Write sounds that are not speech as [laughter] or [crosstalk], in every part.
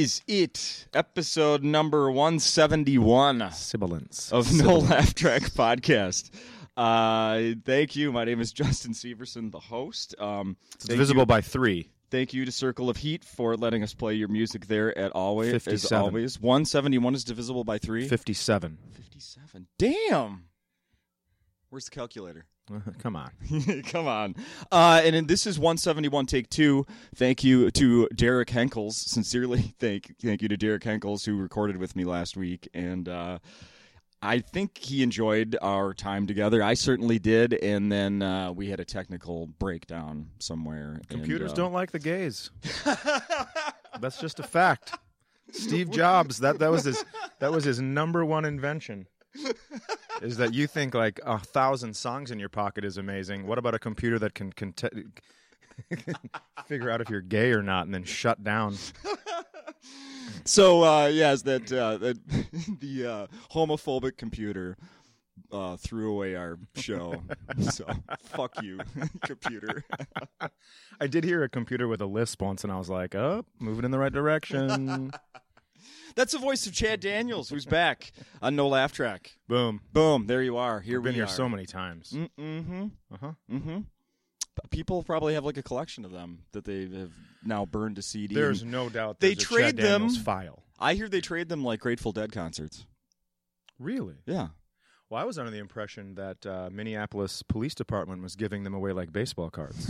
right, episode number 171 Sibilance. [laughs] of No Laugh Track Podcast. Uh, thank you. My name is Justin Severson, the host. Um, It's thank divisible You, by three. thank you to Circle of Heat for letting us play your music there at always. As 57. always, 171 is divisible by 3. 57. 57. Damn. Where's the calculator? [laughs] Come on. [laughs] Come on. Uh, and then this is 171 take two. Thank you to Derek Henkels. Sincerely, [laughs] thank thank you to Derek Henkels who recorded with me last week. And uh, I think he enjoyed our time together. I certainly did. And then uh, we had a technical breakdown somewhere. and, Computers uh, don't like [laughs] the gays. That's just a fact. Steve Jobs, that, that was his that was his number one invention. Is that you think like a thousand songs in your pocket is amazing? What about a computer that can, can te- [laughs] figure out if you're gay or not and then shut down? So uh, yes, that uh, that [laughs] the uh, homophobic computer uh, threw away our [laughs] show. so fuck you, [laughs] computer. I did hear a computer with a lisp once, and I was like, "Oh, moving in the [laughs] right direction." That's the voice of Chad Daniels, who's back on No Laugh Track. Boom. Boom, there you are. Here Been we here are. so many times. mm-hmm. Uh-huh. Mm-hmm. People probably have like a collection of them that they have now burned to CD. There's and- no doubt. They There's a trade Chad Daniels them- file. I hear they trade them like Grateful Dead concerts. Really? [laughs] Yeah. Well, I was under the impression that uh, Minneapolis Police Department was giving them away like [laughs] baseball cards.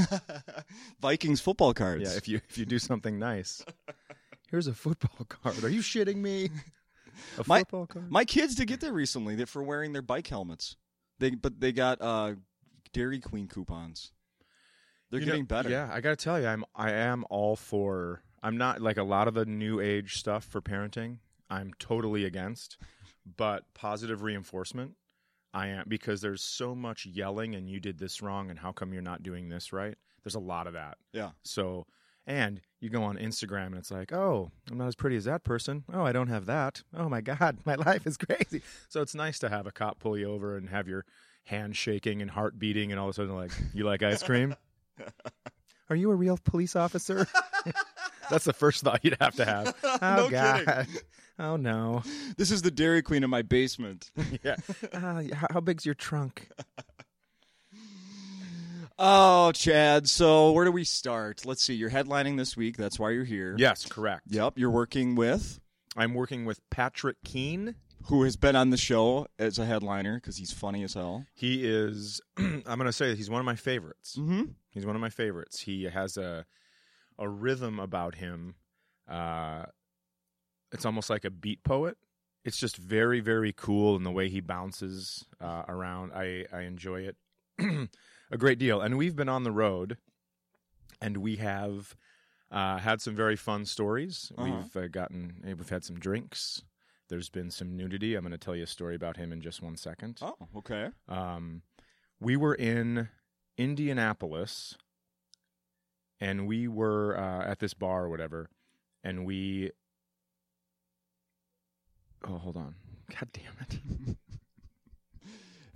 Vikings football cards. yeah, if you if you do [laughs] something nice, here's a football card. Are you shitting me? A My- football card? My kids did get that recently that for wearing their bike helmets. They but they got uh, Dairy Queen coupons. They're You know, getting better. [laughs] Yeah, I gotta tell you, I'm I am all for. I'm not like a lot of the new age stuff for parenting. I'm totally against, but positive reinforcement. I am because there's so much yelling and you did this wrong and how come you're not doing this right. There's a lot of that. Yeah. So and you go on Instagram and it's like, oh, I'm not as pretty as that person. Oh, I don't have that. Oh my God, [laughs] my life is crazy. So it's nice to have a cop pull you over and have your hand shaking and heart beating and all of a sudden like, you like ice cream? [laughs] Are you a real police officer? [laughs] That's the first thought you'd have to have. Oh No kidding. God. [laughs] Oh no. This is the Dairy Queen in my basement. [laughs] Yeah. [laughs] Uh, how- how big's your trunk? Oh, Chad. So where do we start? Let's see. You're headlining this week. That's why you're here. Yes, correct. Yep. You're working with I'm working with Patrick Keene. who has been on the show as a headliner because he's funny as hell. He is. [clears throat] I'm going to say that he's one of my favorites. Mm-hmm. He's one of my favorites. He has a a rhythm about him. Uh, it's almost like a beat poet. It's just very, very cool in the way he bounces uh, around. I, I enjoy it [clears throat] a great deal. And we've been on the road, and we have uh, had some very fun stories. Uh-huh. We've uh, gotten we've had some drinks. There's been some nudity. I'm going to tell you a story about him in just one second. Oh, [laughs] okay. Um, we were in Indianapolis, and we were uh, at this bar or whatever, and we. Oh, hold on! God damn it!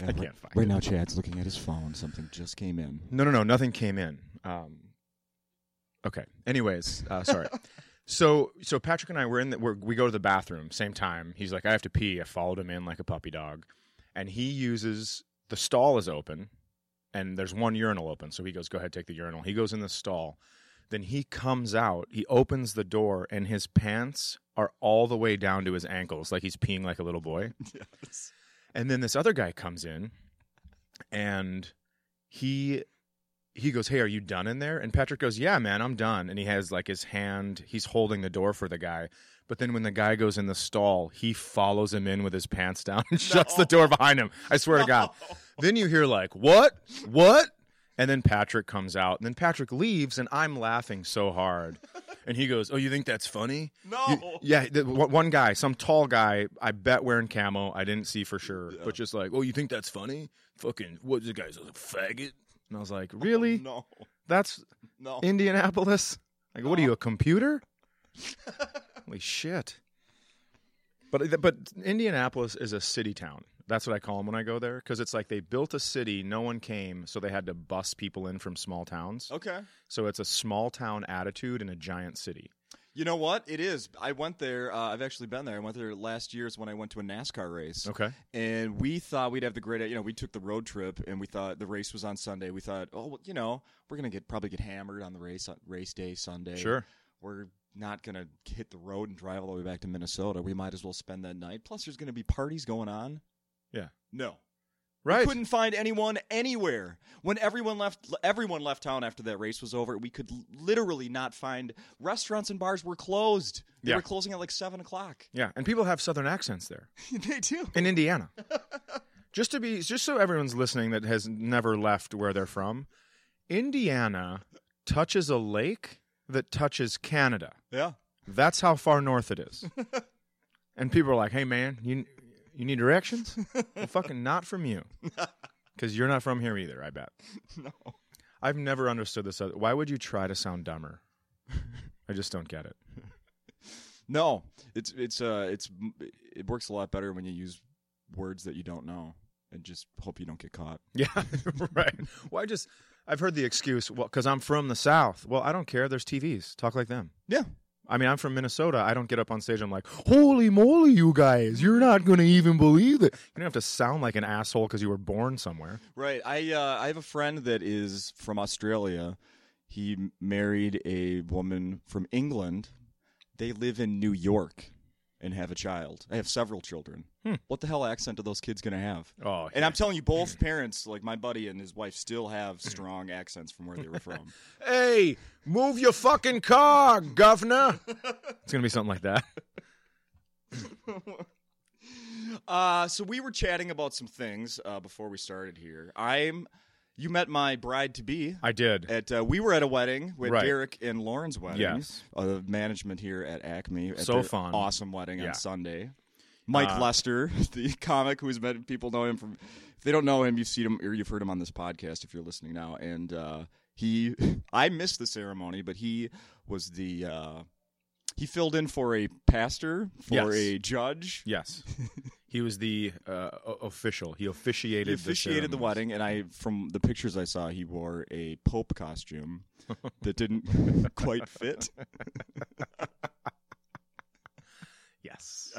I can't find Right it. now, Chad's looking at his phone. Something just came in. No, no, no. Nothing came in. Um, okay. Anyways, uh, sorry. so, so Patrick and I were in. The, we're, we go to the bathroom same time. He's like, I have to pee. I followed him in like a puppy dog, and he uses the stall is open, and there's one urinal open. So he goes, go ahead, take the urinal. He goes in the stall. Then he comes out. He opens the door, and his pants are all the way down to his ankles, like he's peeing like a little boy. [laughs] Yes. And then this other guy comes in and he he goes, "Hey, are you done in there?" And Patrick goes, "Yeah, man, I'm done." And he has like his hand, he's holding the door for the guy. But then when the guy goes in the stall, he follows him in with his pants down and [laughs] shuts the door behind him. I swear to God. Then you hear like, "What? What?" And then Patrick comes out, and then Patrick leaves, and I'm laughing so hard. And he goes, "Oh, you think that's funny?" You- yeah, the, one one guy, some tall guy, I bet wearing camo. I didn't see for sure, but just like, oh, you think that's funny? Fucking what? The guy's a faggot. And I was like, really? Oh, No. That's No. Indianapolis? Like, what are you, [laughs] a computer? Holy shit! But uh, but Indianapolis is a city town. That's what I call them when I go there because it's like they built a city, no one came, so they had to Oh. bus people in from small towns. Okay. So it's a small town attitude in a giant city. You know what? It is. I went there. Uh, I've actually been there. I went there last year's when I went to a NASCAR race. Okay. And we thought we'd have the great. You know, we took the road trip and we thought the race was on Sunday. We thought, oh, well, you know, we're gonna get probably get hammered on the race on race day Sunday. Sure. We're not gonna hit the road and drive all the way back to Minnesota. We might as well spend that night. Plus, there's gonna be parties going on. Yeah. No. I Right. couldn't find anyone anywhere. When everyone left, everyone left town after that race was over. We could l- literally not find restaurants and bars were closed. They Yeah. were closing at like seven o'clock. [laughs] Yeah, and people have southern accents there they do. in Indiana. just to be just so everyone's listening that has never left where they're from, Indiana touches a lake that touches Canada. Yeah. That's how far north it is. and people are like, "Hey man, you you need directions? well, fucking not from you, because you're not from here either. I bet. No. I've never understood this. other- Why would you try to sound dumber? I just don't get it. No. It's it's uh it's it works a lot better when you use words that you don't know and just hope you don't get caught. Yeah, [laughs] right. Well, I just I've heard the excuse. Well, because I'm from the South. Well, I don't care. There's TVs. Talk like them. Yeah. I mean, I'm from Minnesota. I don't get up on stage. I'm like, holy moly, you guys! You're not gonna even believe it. You don't have to sound like an asshole because you were born somewhere. Right. I uh, I have a friend that is from Australia. He m- married a woman from England. They live in New York and have a child. They have several children. What the hell accent are those kids going to have? Oh, And I'm telling you, both parents, like my buddy and his wife, still have strong accents from where they were from. hey, move your fucking car, governor. it's gonna be something like that. Uh, so we were chatting about some things uh, before we started here. I'm, you met my bride to be. I did. At uh, we were at a wedding with Right. Derek and Lauren's wedding. Yes. uh, management here at Acme. At So their fun. awesome wedding Yeah. Uh, on Sunday. Mike Lester, [laughs] the comic who's been people know him from. If they don't know him, you've seen him or you've heard him on this podcast if you're listening now. And uh, he, [laughs] I missed the ceremony, but he was the. Uh, he filled in for a pastor, for Yes. a judge. Yes, he was the uh, o- official. He officiated. He officiated the, ceremonies. wedding, and I, from the pictures I saw, he wore a pope [laughs] costume that didn't [laughs] quite fit. Yes.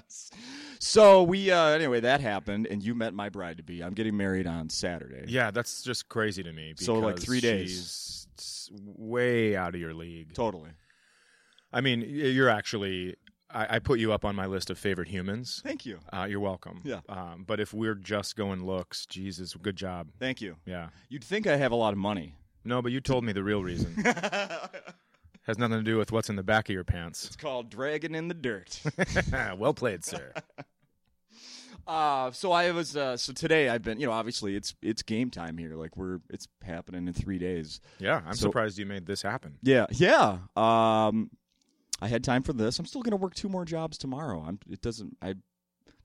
So we, uh, anyway, that happened, and you met my bride to be. I'm getting married on Saturday. Yeah, that's just crazy to me. So, like, because three days. she's s- way out of your league. totally. I mean, y- you're actually. I, I put you up on my list of favorite humans. Thank you, Uh, you're welcome. Yeah. Um, but if we're just going looks, Jesus, good job. thank you. Yeah. You'd think I have a lot of money. No, but you told me the [laughs] real reason it's has nothing to do with what's in the back of your pants. [laughs] called dragging in the dirt. well played, sir. uh, so I was, uh, so today I've been, you know, obviously it's it's game time here. Like we're, it's happening in three days. Yeah, I'm So- surprised you made this happen. Yeah, yeah. Um, I had time for this. I'm still going to work two more jobs tomorrow. I'm. It doesn't. I.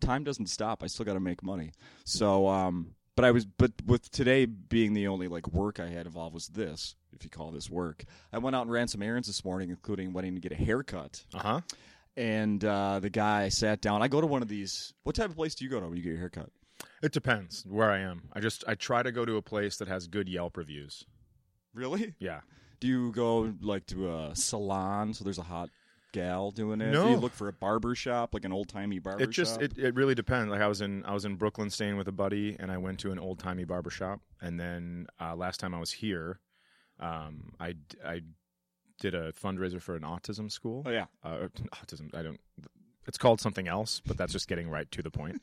Time doesn't stop. I still got to make money. So, um, but I was, but with today being the only like work I had involved was this, if you call this work. I went out and ran some errands this morning, including wanting to get a haircut. Uh huh. And uh, the guy sat down. I go to one of these. What type of place do you go to when you get your haircut? It depends where I am. I just I try to go to a place that has good Yelp reviews. Really? Yeah. Do you go like to a salon? So there's a hot gal doing it. No. Do you look for a barber shop, like an old timey barber It just shop? it, it really depends. Like I was in I was in Brooklyn staying with a buddy, and I went to an old timey barber shop. And then uh, last time I was here, um, I d- I did a fundraiser for an autism school. Oh yeah, uh, or- [laughs] autism. I don't. It's called something else, but that's just getting right to the point.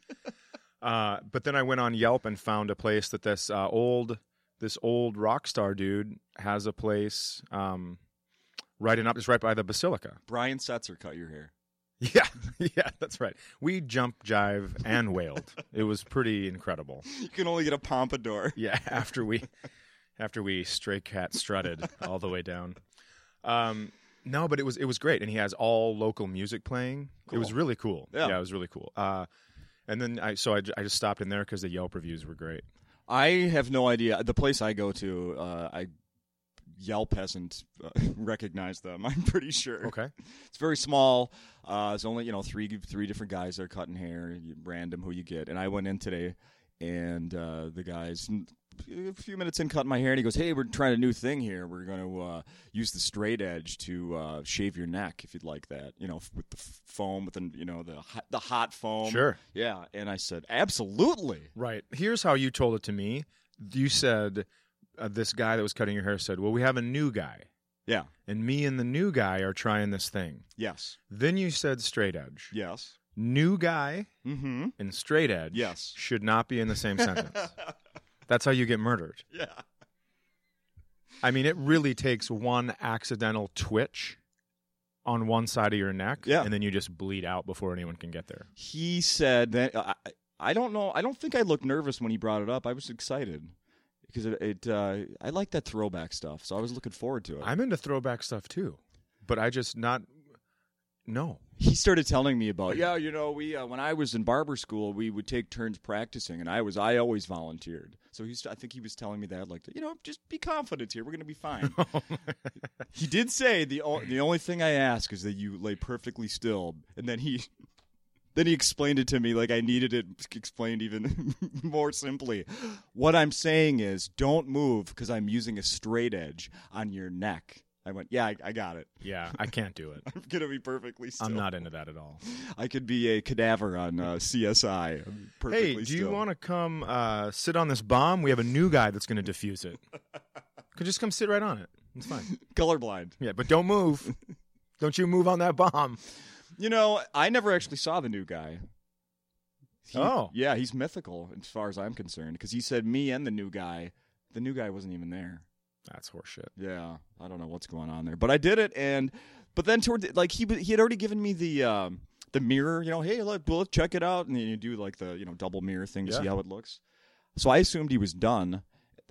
Uh, but then I went on Yelp and found a place that this uh, old this old rock star dude has a place um, right in up. It's right by the basilica. Brian Setzer cut your hair. [laughs] [laughs] Yeah, yeah, that's right. We jump, jive, and wailed. it was pretty incredible. You can only get a pompadour. Yeah, [laughs] after we after we stray cat strutted all the way down. Um no, but it was it was great and he has all local music playing. It was Cool. really cool. Yeah. it was really cool. Uh and then I so I, j- I just stopped in there cuz the Yelp reviews were great. I have no idea. The place I go to, uh, I Yelp hasn't uh, [laughs] recognized them. [laughs] I'm pretty sure. Okay. It's very small. Uh, it's only you know three three different guys that are cutting hair, you- random who you get. And I went in today, and uh, the guys a few minutes in cutting my hair, and he goes, "Hey, we're trying a new thing here. We're going to uh, use the straight edge to uh, shave your neck if you'd like that. You know, f- with the f- foam, with the you know the hot, the hot foam. Sure. Yeah." And I said, "Absolutely." Um, Right. Here's how you told it to me. You said uh, this guy that was cutting your hair said, "Well, we have a new guy, Yeah. and me and the new guy are trying this thing." Yes. Then you said straight edge. Yes. New guy Mm-hmm. and straight edge Yes. should not be in the [laughs] same sentence. That's how you get murdered. Yeah. I mean, it really takes one accidental twitch on one side of your neck, Yeah. and then you just bleed out before anyone can get there. He said that I, I- I don't know. I don't think I looked nervous when he brought it up. I was excited because it. it uh, I like that throwback stuff, so I was looking forward to it. I'm into throwback stuff too, but I just not. No, he started telling me about yeah you know we uh, when i was in barber school we would take turns practicing and i was i always volunteered so he's i think he was telling me that like you know just be confident here we're gonna be fine he did say the o- the only thing i ask is that you lay perfectly still and then he then he explained it to me like i needed it explained even [laughs] more simply what i'm saying is don't move because i'm using a straight edge on your neck i went yeah i, I got it [laughs] yeah, I can't do it. i'm gonna be perfectly [laughs] still I'm not into that at all. I could be a cadaver on uh, CSI. I'm Perfectly Hey, do you still. want to come uh, sit on this bomb? We have a new guy that's going to [laughs] defuse it. Could just come sit right on it. It's fine. colorblind? Yeah, but don't [laughs] move. Don't you move on that bomb. You know, I never actually saw the new guy. He- Oh. yeah, he's mythical as far as I'm concerned because he said me and the new guy. The new guy wasn't even there. That's horseshit. Yeah, I don't know what's going on there, but I did it, and but then toward the, like he w- he had already given me the um, the mirror, you know, hey, look, well, let's check it out, and then you do like the you know double mirror thing to Yeah. see how it looks. So I assumed he was done.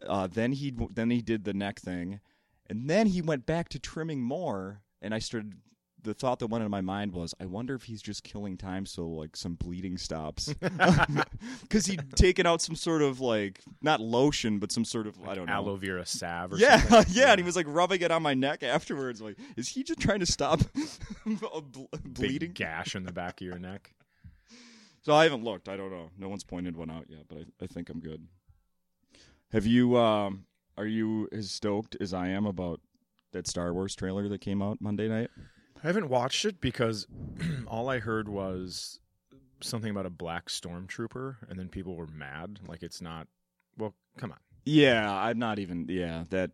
Uh, then he then he did the neck thing, and then he went back to trimming more, and I started. The thought that went into my mind was, I wonder if he's just killing time so like some bleeding stops, [laughs] because he'd taken out some sort of like not lotion, but some sort of I don't know Aloe vera salve or yeah, something. [laughs] yeah, and he was like rubbing it on my neck afterwards. Like, is he just trying to stop [laughs] a bl- Big bleeding? gash in the back of your neck. So I haven't looked. I don't know. No one's pointed one out yet, but I, I think I'm good. Have you? Um, are you as stoked as I am about that Star Wars trailer that came out Monday night? I haven't watched it because [clears throat] all I heard was something about a black stormtrooper, and then people were mad. Like it's not. Well, come on. Yeah, I'm not even. Yeah, that.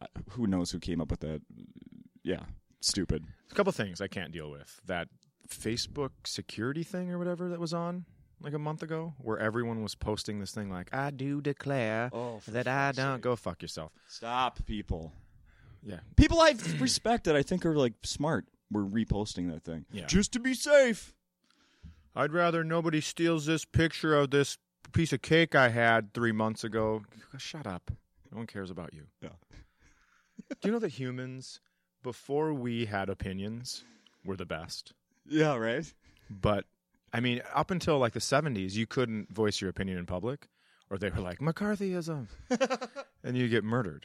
uh, Who knows who came up with that? Yeah, stupid. A couple things I can't deal with. That Facebook security thing or whatever that was on like a month ago, where everyone was posting this thing like, "I do declare Oh, that I don't go fuck yourself." Stop, people. Yeah. People I [coughs] respect that I think are like smart were reposting that thing Yeah. just to be safe. I'd rather nobody steals this picture of this piece of cake I had three months ago. Shut up. No one cares about you. Yeah. Do you know that humans, before we had opinions, were the best? Yeah, right. But I mean, up until like the 70s, you couldn't voice your opinion in public, or they were like, McCarthyism, and you get murdered.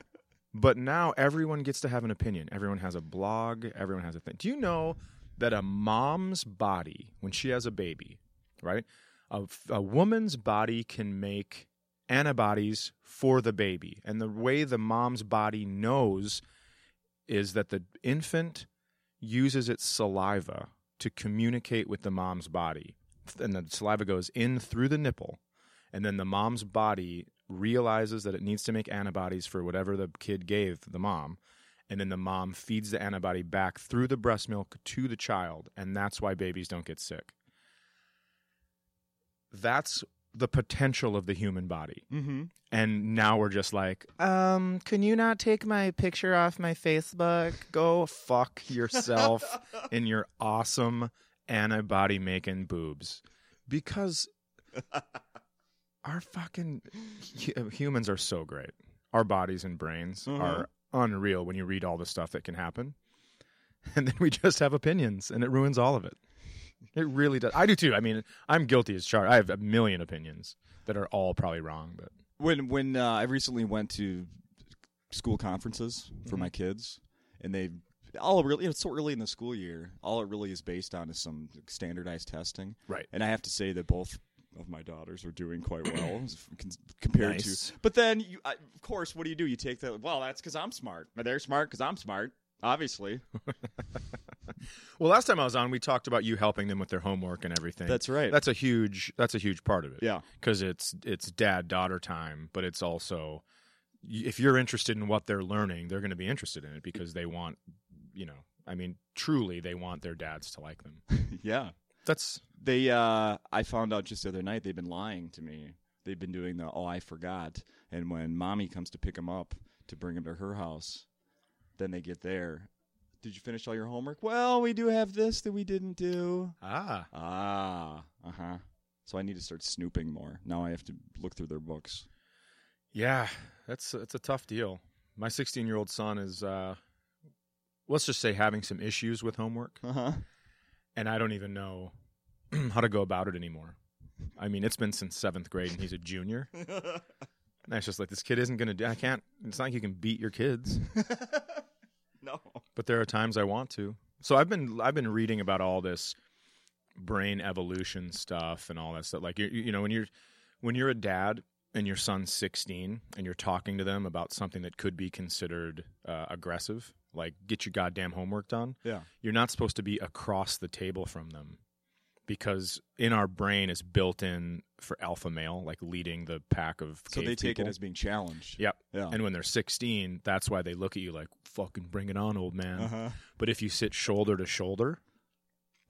But now everyone gets to have an opinion. Everyone has a blog, everyone has a thing. Do you know that a mom's body, when she has a baby, right? A, a woman's body can make antibodies for the baby. And the way the mom's body knows is that the infant uses its saliva to communicate with the mom's body. And the saliva goes in through the nipple, and then the mom's body realizes that it needs to make antibodies for whatever the kid gave the mom. And then the mom feeds the antibody back through the breast milk to the child. And that's why babies don't get sick. That's the potential of the human body. Mm-hmm. And now we're just like, um, can you not take my picture off my Facebook? Go fuck [laughs] yourself in your awesome antibody making boobs. [laughs] Because our fucking hu- humans are so great. Our bodies and brains Mhm. are unreal when you read all the stuff that can happen. [laughs] And then we just have opinions and it ruins all of it. It really does. I do too. I mean, I'm guilty as charged. I have a million opinions that are all probably wrong, but When when uh, I recently went to school conferences Mm-hmm. for my kids, and they all it really it's so early in the school year. All it really is based on is some standardized testing, Right. And I have to say that both of my daughters are doing quite [coughs] well con- compared Nice. to. But then, you, I, of course, what do you do? You take that. Well, that's because I'm smart. They're smart because I'm smart. Obviously, Well, last time I was on, we talked about you helping them with their homework and everything. that's right. that's a huge that's a huge part of it. yeah, because it's it's dad daughter time, but it's also y- if you're interested in what they're learning, they're going to be interested in it because they want, you know, I mean, truly they want their dads to like them. yeah. That's They, uh, I found out just the other night they've been lying to me. They've been doing the oh I forgot, and when mommy comes to pick them up to bring them to her house, then they get there. Did you finish all your homework? Well, we do have this that we didn't do. ah, Ah, uh huh. So I need to start snooping more. Now I have to look through their books. yeah, that's that's a tough deal. My 16 year old son is, uh, let's just say, having some issues with homework, Uh huh. and I don't even know [clears throat] how to go about it anymore. I mean, it's been since seventh grade, and he's a junior. And it's just like this kid isn't going to. do I can't. It's not like you can beat your kids. no. but there are times I want to. So I've been I've been reading about all this brain evolution stuff and all that stuff. Like you you know when you're when you're a dad and your son's 16 and you're talking to them about something that could be considered uh, aggressive, like get your goddamn homework done. Yeah. You're not supposed to be across the table from them because in our brain is built in for alpha male, like leading the pack of So cave they take people. it as being challenged. Yep. Yeah. And when they're 16, that's why they look at you like fucking bring it on, old man. Uh huh. But if you sit shoulder to shoulder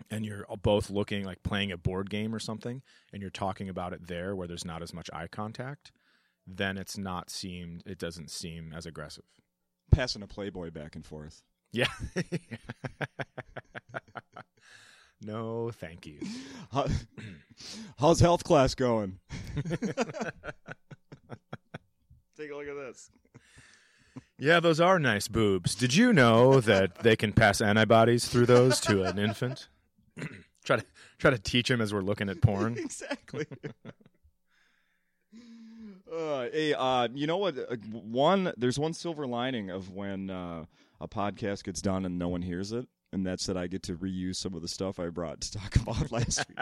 and you're both looking like playing a board game or something and you're talking about it there where there's not as much eye contact, then it's not seemed it doesn't seem as aggressive. [laughs] Passing a Playboy back and forth. Yeah. no, thank you. How- [coughs] how's health class going? Take a look at this. Yeah, those are nice boobs. Did you know that they can pass antibodies through those to an infant? [clears throat] try to try to teach him as we're looking at [laughs] porn. exactly. [laughs] uh, hey, uh, you know what? Uh, One, there's one silver lining of when uh, a podcast gets done and no one hears it, and that's that I get to reuse some of the stuff I brought to talk [laughs] about last [laughs] week.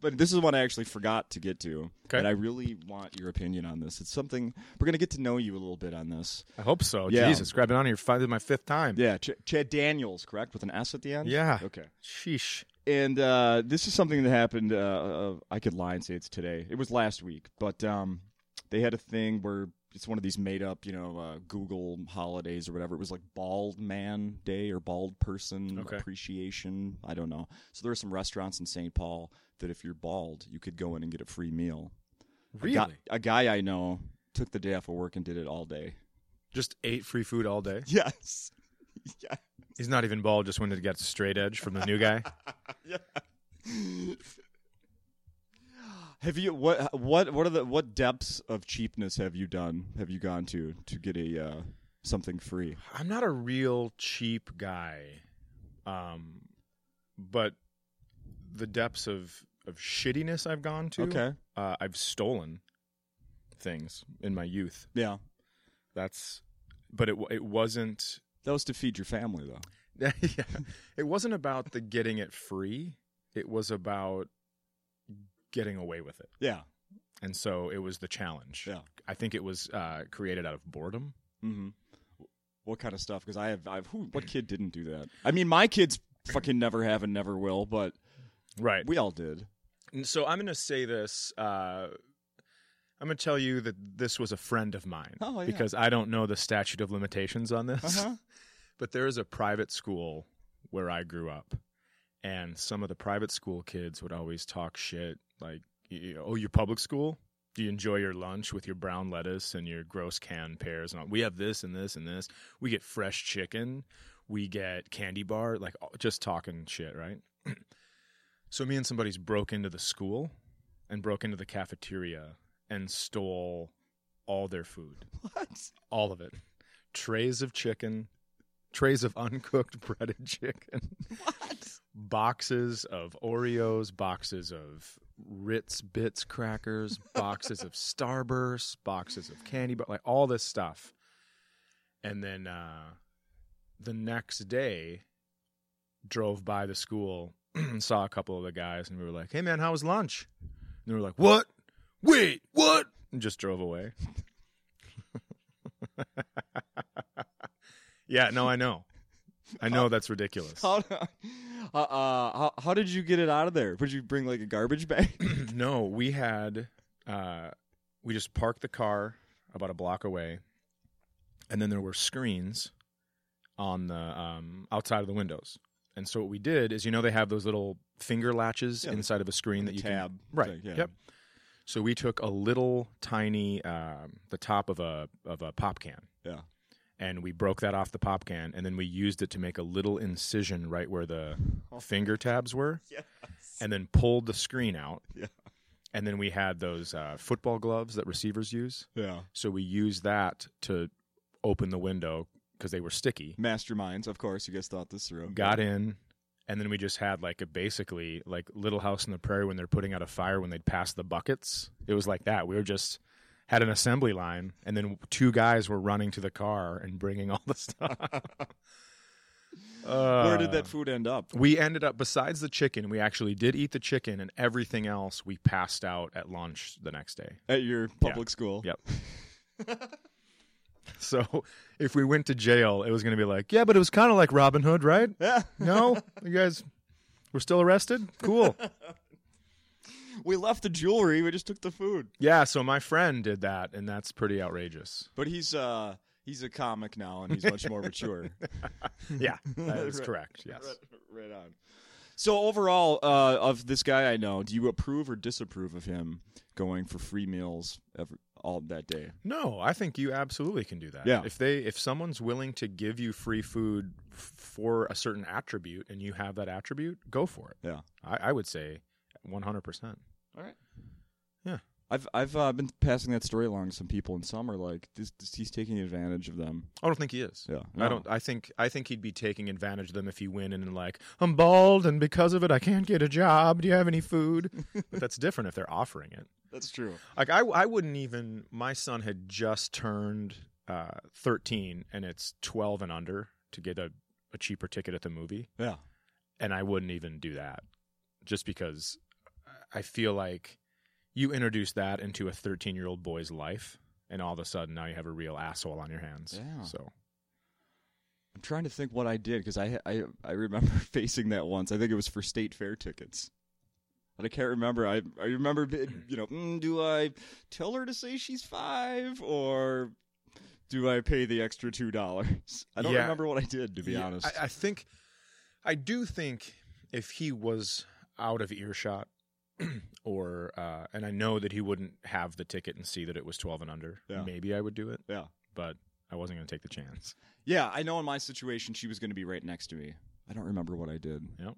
But this is one I actually forgot to get to, Okay. and I really want your opinion on this. It's something we're gonna get to know you a little bit on this. I hope so. Yeah. Jesus, grabbing on here five, this is my fifth time. Yeah, Ch- Chad Daniels, correct, with an S at the end. Yeah. Okay. Sheesh. and uh, this is something that happened. Uh, uh, I could lie and say it's today. It was last week, but um, they had a thing where it's one of these made up, you know, uh, Google holidays or whatever. It was like Bald Man Day or Bald Person Okay. Appreciation. I don't know. So there were some restaurants in St. Paul that if you're bald, you could go in and get a free meal. A Really? guy- a guy I know took the day off of work and did it all day. [laughs] Just ate free food all day. Yes. yeah. He's not even bald, just wanted to get straight edge from the new guy. Have you what what what are the what depths of cheapness have you done? Have you gone to to get a uh, something free? [laughs] I'm not a real cheap guy. Um but the depths of of shittiness I've gone to. Okay, Uh, I've stolen things in my youth. yeah, That's but it wa- it wasn't [laughs] that was to feed your family though. yeah. It wasn't about the getting it free. It was about getting away with it. Yeah, and so it was the challenge. Yeah. I think it was uh, created out of boredom. mm-hmm. What kind of stuff? Because I have I've who what kid didn't do that? I mean, my kids fucking never have and never will, but Right. we all did. And so I'm going to say this. Uh, I'm going to tell you that this was a friend of mine Oh, yeah. [laughs] because I don't know the statute of limitations on this. Uh-huh. But there is a private school where I grew up, and some of the private school kids would always talk shit like, y- y- "Oh, your public school? Do you enjoy your lunch with your brown lettuce and your gross canned pears? And all? we have this and this and this. We get fresh chicken. We get candy bar. Like all- just talking shit, right? [clears throat] so me and somebody's broke into the school and broke into the cafeteria and stole all their food What? all of it trays of chicken trays of uncooked [laughs] breaded chicken What? boxes of oreos boxes of ritz bits crackers boxes of starburst boxes of candy but like all this stuff and then uh the next day [clears throat] drove by the school saw a couple of the guys and we were like hey man how was lunch And they were like, "What? Wait, what?" And just drove away. [laughs] yeah, no, I know. I know that's ridiculous. How, uh, uh, how, how did you get it out of there? Would you bring like a garbage bag? [clears throat] no, we had uh, we just parked the car about a block away, and then there were screens on the um, outside of the windows. And so what we did is, you know, they have those little finger latches Yeah, the- inside of a screen that you can Tab. Right. thing, yeah. Yep. So we took a little tiny um, the top of a of a pop can. Yeah. And we broke that off the pop can, and then we used it to make a little incision right where the [laughs] Oh. finger tabs were, Yes. and then pulled the screen out. [laughs] Yeah. And then we had those uh, football gloves that receivers use. Yeah. So we used that to open the window because they were sticky. Masterminds, of course. You guys thought this through. Got in, and then we just had like a basically like Little House on the Prairie when they're putting out a fire when they'd pass the buckets. It was like that. We were just had an assembly line, and then two guys were running to the car and bringing all [laughs] the stuff. Where did that Uh, food end up? we ended up besides the chicken, we actually did eat the chicken, and everything else we passed out at lunch the next day. [laughs] At your public school. Yep. So if we went to jail, it was going to be like, yeah, but it was kind of like Robin Hood, right? Yeah. [laughs] No, you guys were still arrested. [laughs] Cool. We left the jewelry, we just took the food. Yeah, so my friend did that, and that's pretty outrageous. But he's uh he's a comic now and he's [laughs] much more mature. [laughs] Yeah, that is Right. correct. Yes. Right, right on. So overall, uh, of this guy I know, do you approve or disapprove of him going for free meals every, all that day? No, I think you absolutely can do that. Yeah. If they if someone's willing to give you free food f- for a certain attribute and you have that attribute, go for it. Yeah. I, I would say 100%. All right. Yeah. I've I've uh, been passing that story along to some people, and some are like, this, this, "He's taking advantage of them." I don't think he is. Yeah, I don't. I think. I think he'd be taking advantage of them if he went in and like, I'm bald, and because of it, I can't get a job. Do you have any food? [laughs] but that's different if they're offering it. That's true. Like I, I wouldn't even. My son had just turned uh, 13, and it's 12 and under to get a, a cheaper ticket at the movie, Yeah. and I wouldn't even do that, just because I feel like you introduce that into a 13 year old boy's life, and all of a sudden now you have a real asshole on your hands. Yeah. So I'm trying to think what I did because I, I I remember [laughs] facing that once. I think it was for state fair tickets. But I can't remember. I I remember bi- you know, mm, do I tell her to say she's five or do I pay the extra two dollars? [laughs] I don't Yeah. remember what I did to be Yeah, honest. I, I think, I do think if he was out of earshot, [clears throat] or uh, and I know that he wouldn't have the ticket and see that it was twelve and under, Yeah. maybe I would do it. Yeah. but I wasn't going to take the chance. yeah, I know in my situation she was going to be right next to me. I don't remember what I did. Yep.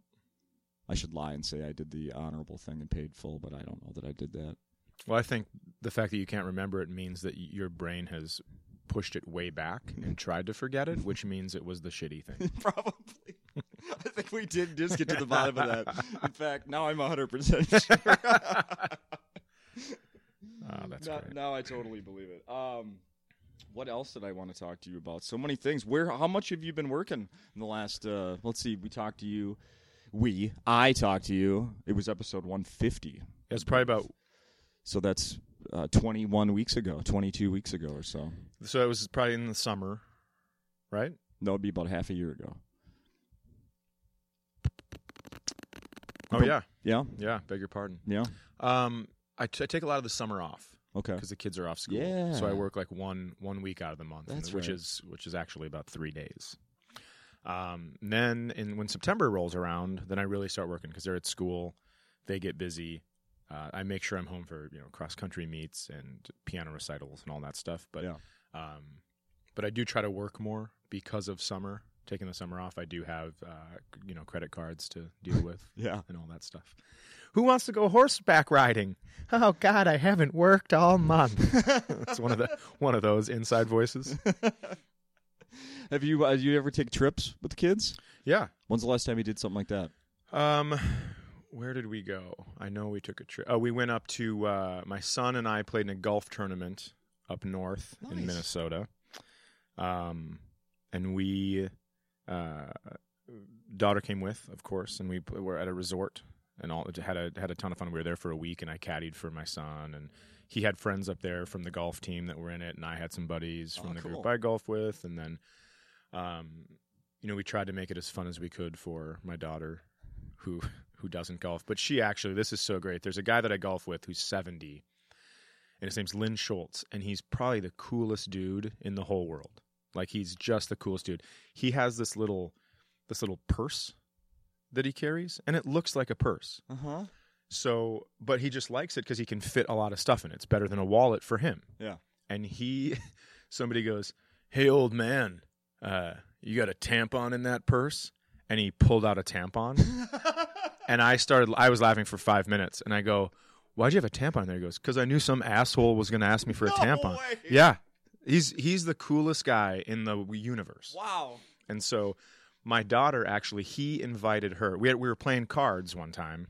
I should lie and say I did the honorable thing and paid full, but I don't know that I did that. Well, I think the fact that you can't remember it means that y- your brain has pushed it way back and tried to forget it, which means it was the [laughs] shitty thing. Probably. I think we did just get to the bottom of that. In fact, now I'm 100% sure. Oh, [laughs] [laughs] that's now, great. now I totally believe it. Um, what else did I want to talk to you about? So many things. Where? How much have you been working in the last? Uh, let's see. We talked to you. We. I talked to you. It was episode 150. It's probably about So that's uh, 21 weeks ago, 22 weeks ago or so. so it was probably in the summer, right? That would be about half a year ago. Oh yeah, Yeah. yeah. Beg your pardon. Yeah. Um, I, t- I take a lot of the summer off. Okay. because the kids are off school. Yeah. So I work like one one week out of the month, That's which right. is which is actually about three days. Um, then in, when September rolls around, then I really start working because they're at school, they get busy. Uh, I make sure I'm home for you know cross country meets and piano recitals and all that stuff. But Yeah. um, but I do try to work more because of summer. Taking the summer off, I do have uh, you know credit cards to deal with [laughs] Yeah. [laughs] and all that stuff. Who wants to go horseback riding? Oh God, I haven't worked all month. it's one of the one of those inside voices. [laughs] Have you? Uh, you ever take trips with the kids? Yeah. When's the last time you did something like that? Um, where did we go? I know we took a trip. Oh, we went up to uh, my son and I played in a golf tournament up north in Nice. Minnesota. Um, and we uh, daughter came with, of course, and we pl- were at a resort and all had a had a ton of fun. We were there for a week, and I caddied for my son, and he had friends up there from the golf team that were in it, and I had some buddies from Oh, the group cool. I golf with, and then, um, you know, we tried to make it as fun as we could for my daughter, who who doesn't golf, but she actually this is so great. There's a guy that I golf with who's 70, and his name's Lynn Schultz, and he's probably the coolest dude in the whole world. Like he's just the coolest dude. He has this little this little purse that he carries, and it looks like a purse. Uh huh. So, but he just likes it because he can fit a lot of stuff in it. It's better than a wallet for him. Yeah. And he, [laughs] somebody goes, "Hey, old man, uh, you got a tampon in that purse?" And he pulled out a tampon, [laughs] and I started. I was laughing for five minutes, and I go, "Why'd you have a tampon in there?" He goes, "Because I knew some asshole was going to ask me [laughs] for a tampon." Yeah. He's he's the coolest guy in the universe. Wow. And so my daughter actually he invited her. We had, we were playing cards one time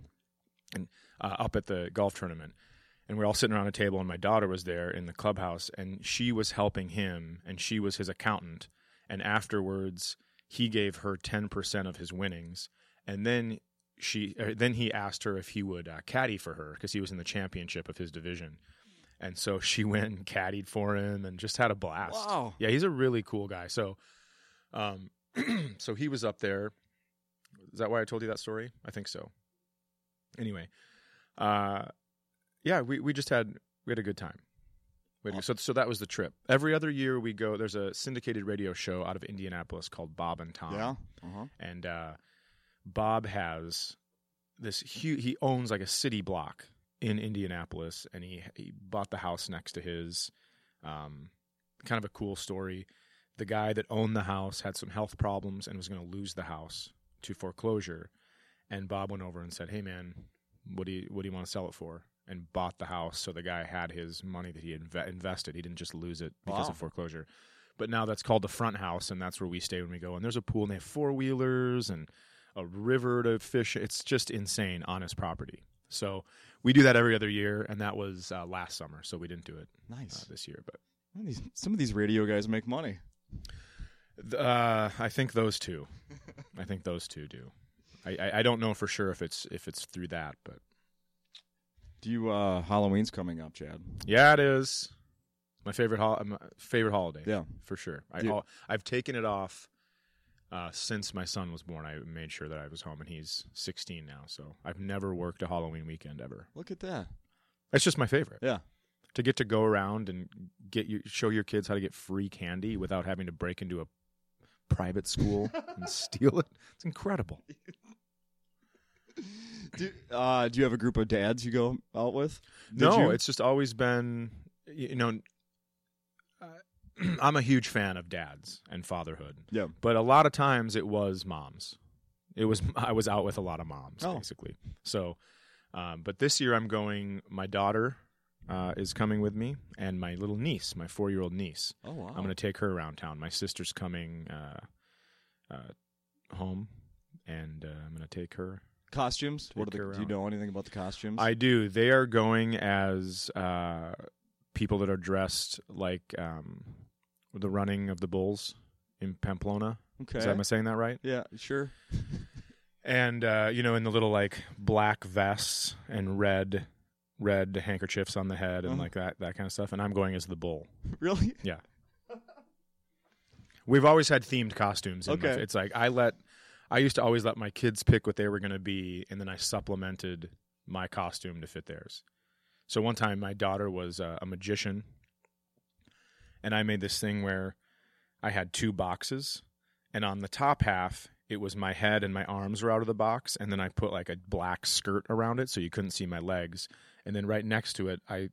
and uh, up at the golf tournament. And we are all sitting around a table and my daughter was there in the clubhouse and she was helping him and she was his accountant and afterwards he gave her 10% of his winnings and then she er, then he asked her if he would uh, caddy for her because he was in the championship of his division. And so she [laughs] went and caddied for him and just had a blast. Wow. Yeah, he's a really cool guy. So, um, [clears throat] so he was up there. Is that why I told you that story? I think so. Anyway, uh, yeah, we, we just had we had a good time. We had- So so that was the trip. Every other year we go. There's a syndicated radio show out of Indianapolis called Bob and Tom. Yeah. Uh huh. and uh, Bob has this huge. He owns like a city block in Indianapolis, and he he bought the house next to his. Um, kind of a cool story. The guy that owned the house had some health problems and was going to lose the house to foreclosure, and Bob went over and said, "Hey man, what do you what do you want to sell it for?" And bought the house, so the guy had his money that he inve- invested. He didn't just lose it because Wow. of foreclosure. But now that's called the front house, and that's where we stay when we go. And there's a pool, and they have four wheelers and a river to fish. It's just insane on his property. So we do that every other year, and that was uh, last summer, so we didn't do it uh, Nice. this year. But Some of these- Some of these radio guys make money. th- uh, I think those two, I think those two do. I, I, I don't know for sure if it's if it's through that, but Do you? uh Halloween's coming up, Chad. yeah, it is my favorite hol- my favorite holiday. Yeah. for sure. I, Yeah. I'll- I've taken it off uh, since my son was born. I made sure that I was home, and he's 16 now, so I've never worked a Halloween weekend ever. Look at that. [laughs] It's just my favorite. Yeah. To get to go around and get you show your kids how to get free candy without having to break into a [laughs] private school and steal it. It's incredible. Do uh, Do you have a group of dads you go out with? Did no, you? it's just always been, you know, uh, [clears throat] I'm a huge fan of dads and fatherhood. Yeah. But a lot of times it was moms. It was [laughs] I was out with a lot of moms Oh. basically. So, um, but this year I'm going. My daughter uh, is coming with me, and my little niece, my four year old niece. Oh wow. I'm going to take her around town. My sister's coming uh, uh, home, and uh, I'm going to take her costumes. What Take are her the, do you around. know anything about the costumes? I do. They are going as uh, people that are dressed like um, the running of the bulls in Pamplona. okay. Is that, am I saying that right? yeah, sure. [laughs] And uh, you know, in the little like black vests and red red handkerchiefs on the head and Uh-huh. like that that kind of stuff. And I'm going as the bull. Really? We've always had themed costumes. In my- Okay. it's like I let I used to always let my kids pick what they were going to be, and then I supplemented my costume to fit theirs. So one time, my daughter was uh, a magician, and I made this thing where I had two boxes, and on the top half it was my head and my arms were out of the box, and then I put like a black skirt around it so you couldn't see my legs, and then right next to it I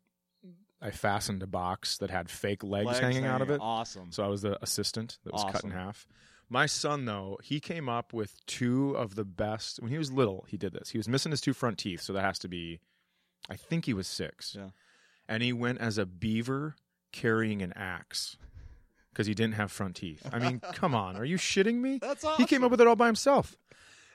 I fastened a box that had fake legs, Legs hanging out of it. Awesome. So I was the assistant that was cut in Awesome. half. My son, though, he came up with two of the best. When he was little, he did this. He was missing his two front teeth, so that has to be, I think he was six. Yeah. And he went as a beaver carrying an axe because he didn't have front teeth. [laughs] I mean, come on, are you shitting me? That's awesome. He came up with it all by himself.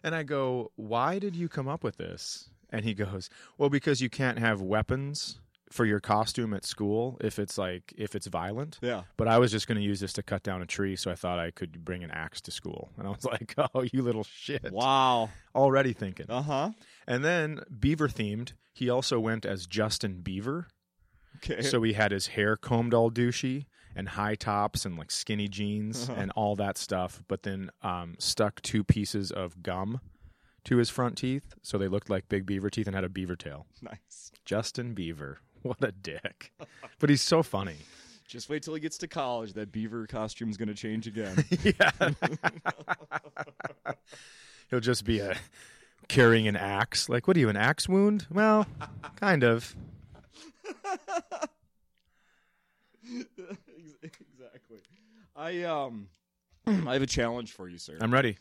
And I go, Why did you come up with this? And he goes, Well, because you can't have weapons for your costume at school if it's like if it's violent. Yeah. But I was just going to use this to cut down a tree, so I thought I could bring an axe to school. And I was [laughs] like, "Oh, you little shit!" Wow. Already thinking. Uh huh. And then beaver themed. He also went as Justin Beaver, Okay. so he had his hair combed all douchey and high tops and like skinny jeans Uh-huh. and all that stuff. But then um, stuck two pieces of gum to his front teeth, so they looked like big beaver teeth and had a beaver tail. [laughs] nice. Justin Beaver. [laughs] What a dick. But he's so funny. Just wait till he gets to college. That beaver costume's gonna change again. yeah. [laughs] He'll just be a carrying an axe. Like, what are you, an axe wound? Well, kind of. [laughs] Ex- exactly. I um, [clears throat] I have a challenge for you, sir. I'm ready.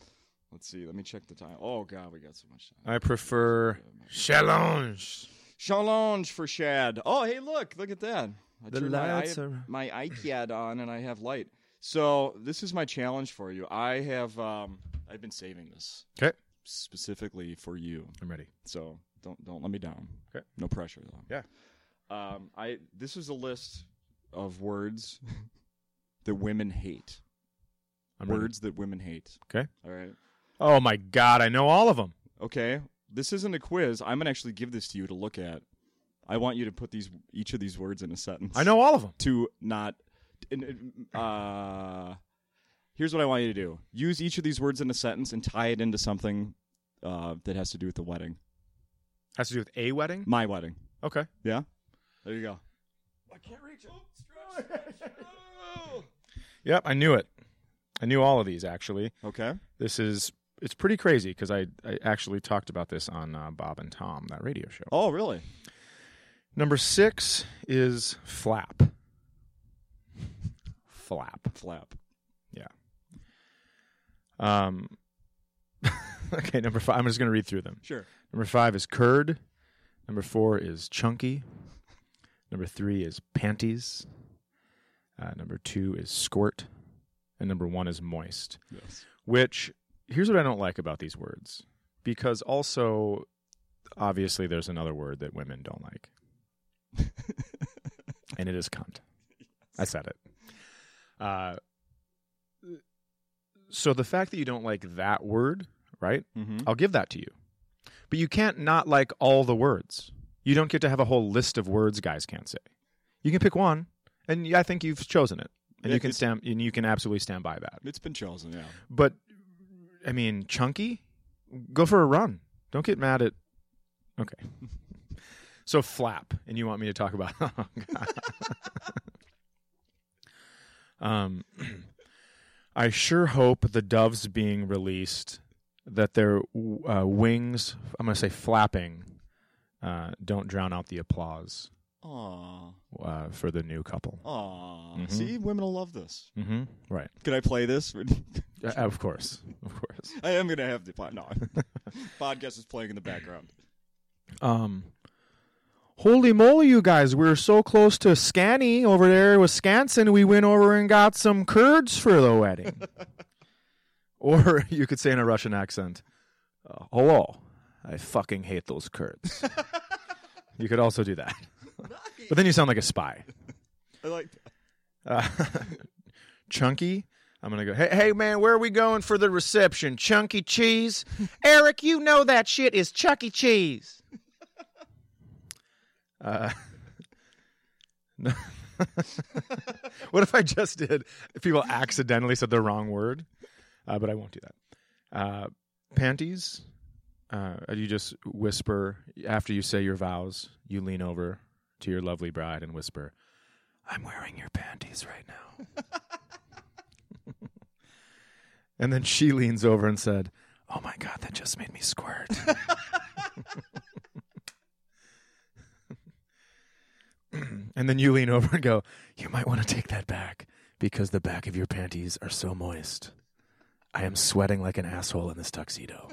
Let's see. Let me check the time. Oh God, we got so much time. I prefer challenge. Challenge for Shad. Oh, hey, look, look at that. I The turned my, I lights are- my iPad on and I have light. So this is my challenge for you. I have um, I've been saving this Okay. specifically for you. I'm ready. So don't don't let me down. Okay. No pressure though. Yeah. Um, I this is a list of words [laughs] that women hate. I'm ready. words that women hate. Okay. All right. Oh my god, I know all of them. Okay. This isn't a quiz. I'm gonna actually give this to you to look at. I want you to put these each of these words in a sentence. I know all of them. to not. and, Uh, here's what I want you to do: use each of these words in a sentence and tie it into something uh, that has to do with the wedding, Has to do with a wedding? my wedding. Okay. Yeah. There you go. Yep, I knew it. I knew all of these actually. Okay. This is it's pretty crazy because I, I actually talked about this on uh, Bob and Tom, that radio show. Oh, really? Number six is flap. [laughs] Flap. Flap. Um, [laughs] okay, number five. I'm just going to read through them. Sure. Number five is curd. Number four is chunky. Number three is panties. Uh, number two is squirt. And number one is moist. Yes. Which, here's what I don't like about these words. Because also, obviously, there's another word that women don't like. and it is cunt. I said it. Uh, so the fact that you don't like that word, right? Mm-hmm. I'll give that to you. But you can't not like all the words. You don't get to have a whole list of words guys can't say. You can pick one, and I think you've chosen it, and Yeah, you can it's- stand and you can absolutely stand by that. It's been chosen. Yeah. But I mean, chunky, go for a run. Don't get mad at. Okay. [laughs] So flap, and you want me to talk about? [laughs] Oh, God. um, [clears throat] I sure hope the doves being released that their uh, wings. I'm going to say flapping. Uh, don't drown out the applause Aw. uh, for the new couple. Aw. Mhm. See, women will love this. Mm-hmm. Right. Can I play this? [laughs] Uh, of course. Of course. I am gonna have to play. No, podcast is playing in the background. Um, holy moly, you guys! We were so close to Scanny over there, Wisconsin. We went over and got some curds for the wedding. [laughs] or you could say in a Russian accent, uh, "Hello, I fucking hate those [laughs] curds." you could also do that, but then you sound like a spy. I like. That. Uh, [laughs] chunky. I'm gonna go. Hey, hey, man, where are we going for the reception? Chunky Cheese. Eric, you know that shit is Chuck E. Cheese. Uh, [laughs] no. [laughs] what if I just did? If people accidentally said the wrong word, uh, but I won't do that. Uh, panties. Uh, you just whisper after you say your vows. You lean over to your lovely bride and whisper, I'm wearing your panties right now. and then she leans over and said, Oh my God, that just made me squirt. and then you lean over and go, You might want to take that back because the back of your panties are so moist. I am sweating like an asshole in this tuxedo.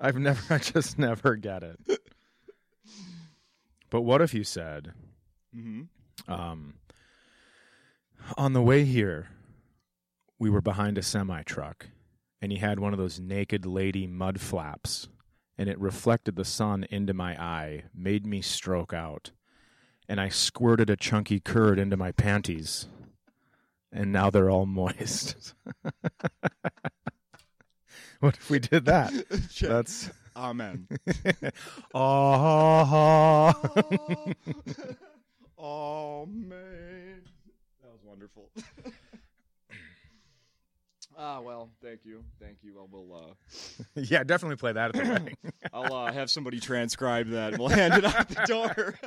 I've never, [laughs] I just never get it. But what if you said, Mm-hmm. um, on the way here, we were behind a semi truck, and he had one of those naked lady mud flaps, and it reflected the sun into my eye, made me stroke out, and I squirted a chunky curd into my panties, and now they're all [laughs] moist. what if we [laughs] did that? That's [laughs] Amen. [laughs] ah. oh man, that was wonderful. [laughs] Ah well, thank you, thank you. I will, [laughs] yeah, definitely play that at the wedding. uh, I'll uh, have somebody transcribe that. and We'll hand it out the door. [laughs]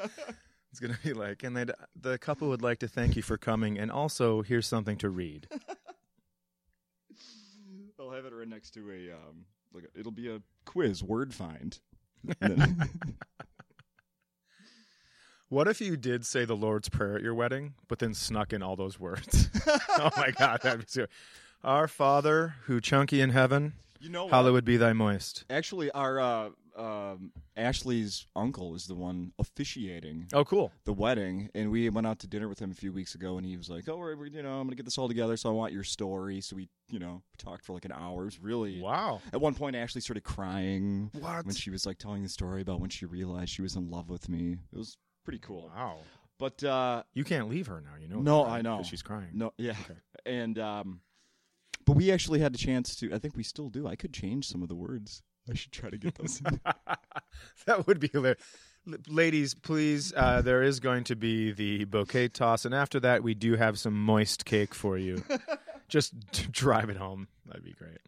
It's gonna be like, and they'd, the couple would like to thank you for coming, and also here's something to read. I'll have it right next to a um, like a, it'll be a quiz word find. And then- What if you did say the Lord's Prayer at your wedding, but then snuck in all those words? [laughs] oh my God, that'd be so. Our Father, who chunky in heaven, you know, what? hallowed be thy moist. actually, our uh, um, Ashley's uncle is the one officiating Oh, cool. the wedding, and we went out to dinner with him a few weeks ago, and he was like, "Oh, we're, we're- you know, I'm gonna get this all together, so I want your story." So we, you know, talked for like an hour. It was really. Wow. At one point, Ashley started crying What? when she was like telling the story about when she realized she was in love with me. It was pretty cool. Wow. But uh, You can't leave her now. You know. No, that, right? I know. 'Cause She's crying. no, yeah, Okay. and um, but we actually had a chance to. I think we still do. I could change some of the words. I should try to get those. in. [laughs] that would be hilarious. L- Ladies, please, uh, there is going to be the bouquet toss, and after that, we do have some moist cake [laughs] for you. Just d- drive it home. That'd be great.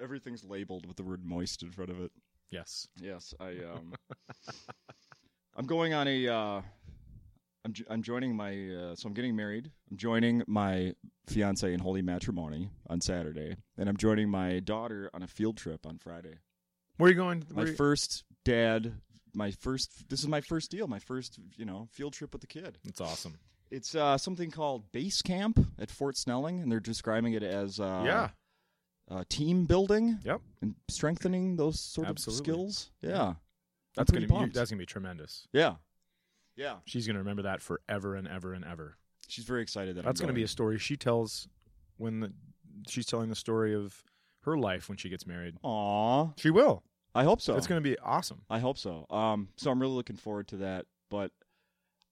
Everything's labeled with the word "moist" in front of it. Yes. Yes, I um I'm going on a uh I'm jo- I'm joining my uh, so I'm getting married. I'm joining my fiance in holy matrimony on Saturday and I'm joining my daughter on a field trip on Friday. Where are you going? My Where you- first dad, my first this is my first deal, my first, you know, field trip with the kid. That's awesome. It's uh something called Base Camp at Fort Snelling and they're describing it as uh yeah. uh, team building Yep. and strengthening those sort Absolutely. of skills. Yeah. Yeah. I'm That's pretty gonna be you- pumped. that's gonna be tremendous. Yeah. Yeah. She's gonna remember that forever and ever and ever. She's very excited that That's I'm gonna be going. a story she tells when the, she's telling the story of her life when she gets married. Aw, She will. I hope so. That's gonna be awesome. I hope so. Um, so I'm really looking forward to that. But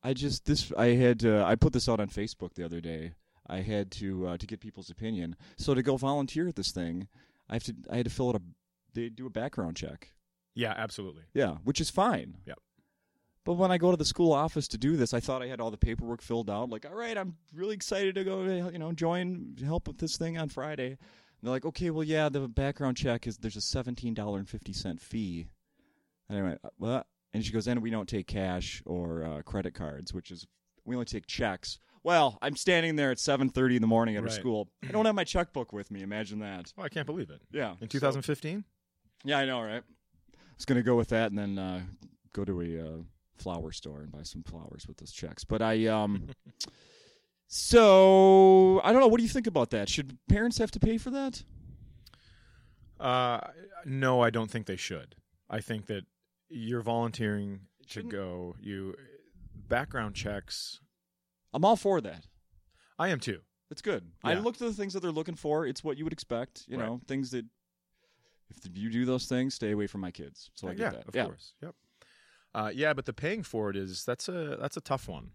I just this I had to, I put this out on Facebook the other day. I had to uh, to get people's opinion. So to go volunteer at this thing, I have to I had to fill out a they do a background check. Yeah, absolutely. Yeah, which is fine. Yep. But when I go to the school office to do this, I thought I had all the paperwork filled out. Like, all right, I'm really excited to go, you know, join, help with this thing on Friday. And they're like, okay, well, yeah, the background check is there's a seventeen dollar and fifty cent fee. And I went, uh, what? And she goes, and we don't take cash or uh, credit cards, which is we only take checks. Well, I'm standing there at seven thirty in the morning at her Right. school. I don't have my checkbook with me. Imagine that. Oh, I can't believe it. Yeah. In so- 2015? yeah, I know, right? I was gonna go with that, and then uh, go to a uh, flower store and buy some flowers with those checks. But I, [laughs] um, so I don't know. What do you think about that? Should parents have to pay for that? Uh, no, I don't think they should. I think that you're volunteering to Shouldn't- go. You background checks. I'm all for that. I am too. It's good. I Yeah. look to the things that they're looking for. It's what you would expect. You Right. know, things that if you do those things, stay away from my kids. So I yeah, get that. of yeah, course. Yep. Uh, yeah, but the paying for it is that's a that's a tough one.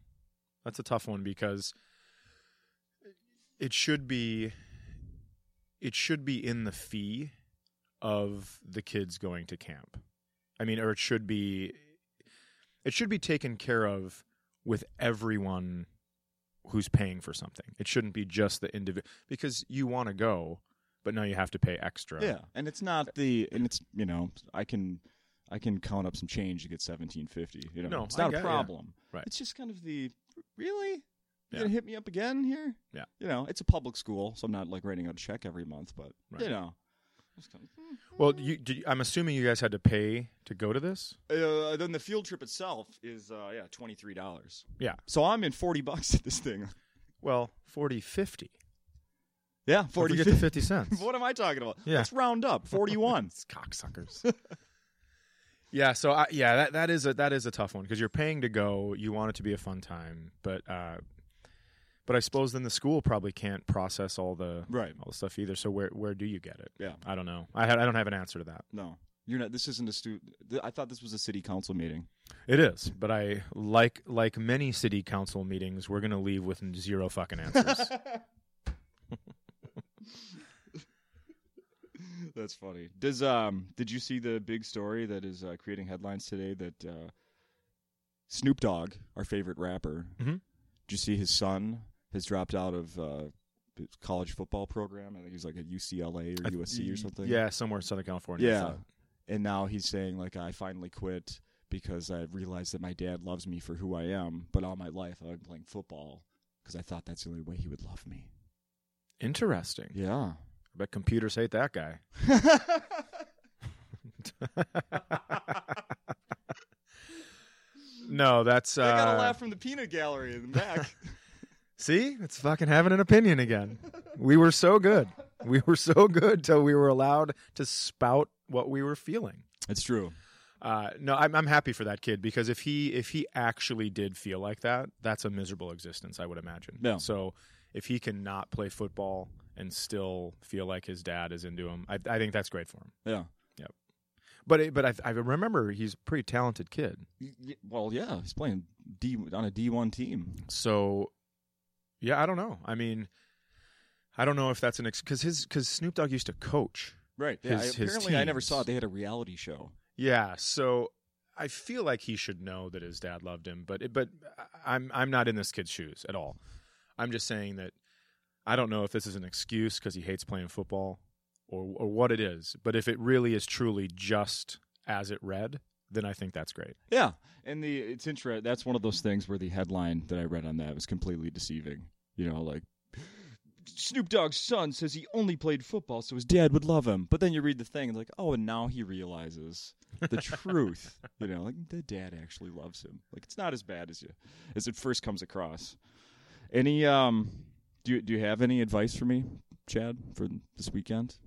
That's a tough one because it should be it should be in the fee of the kids going to camp. I mean, or it should be it should be taken care of with everyone who's paying for something. It shouldn't be just the individual because you want to go, but now you have to pay extra. yeah. And it's not the and it's you know I can I can count up some change to get seventeen fifty. You know, No, it's I not get a it, yeah. problem. Right. It's just kind of the really. Yeah. You're gonna hit me up again here? Yeah. You know, it's a public school, so I'm not like writing out a check every month, but Right. you know. hmm. Just kind of- Well, you, did you- I'm assuming you guys had to pay to go to this. Uh, then the field trip itself is uh, yeah twenty three dollars. Yeah. So I'm in forty bucks at this thing. [laughs] Well, 40, 50. Yeah, Don't forty. [laughs] forget the 50 [laughs] cents. what am I talking about? Yeah. Let's round up forty [laughs] one. It's cocksuckers. [laughs] yeah, so I, yeah, that, that is a that is a tough one because you're paying to go. You want it to be a fun time, but uh, But I suppose then the school probably can't process all the Right. all the stuff either. So where where do you get it? Yeah. I don't know. I ha- I don't have an answer to that. No. You're not. This isn't a student. I thought this was a city council meeting. It is, but I like like many city council meetings, we're gonna leave with zero fucking [laughs] answers. That's funny. Does um did you see the big story that is uh, creating headlines today that uh, Snoop Dogg, our favorite rapper, Mhm. did you see his son has dropped out of uh, his college football program? I think he's like at UCLA or I- USC or something. Yeah, somewhere in Southern California. I Yeah. thought. And now he's saying like I finally quit because I realized that my dad loves me for who I am, but all my life I've been playing football because I thought that's the only way he would love me. Interesting. Yeah. I bet computers hate that guy. no, that's uh, I got a laugh from the peanut gallery in the [laughs] back. see, it's fucking having an opinion again. We were so good. We were so good till we were allowed to spout what we were feeling. It's true. Uh, no, I'm, I'm happy for that kid because if he if he actually did feel like that, that's a miserable existence, I would imagine. No. So if he can not play football and still feel like his dad is into him, I, I think that's great for him. Yeah. But it, but I, I remember he's a pretty talented kid. Y- y- Well, yeah, he's playing D on a D one team. So, yeah, I don't know. I mean, I don't know if that's an ex because his because Snoop Dogg used to coach. Right. Yeah, His- I- his apparently, I never teams. saw it. They had a reality show. Yeah, so I feel like he should know that his dad loved him, but it, but uh, I'm I'm not in this kid's shoes at all. I'm just saying that I don't know if this is an excuse because he hates playing football or or what it is. But if it really is truly just as it read, then I think that's great. Yeah, and the it's interesting. That's one of those things where the headline that I read on that was completely deceiving. You know, like Snoop Dogg's son says he only played football so his dad would love him. But then you read the thing and like, oh, and now he realizes the truth. You know, like the dad actually loves him. Like it's not as bad as you as it first comes across. Any um, do you, do you have any advice for me, Chad, for this weekend?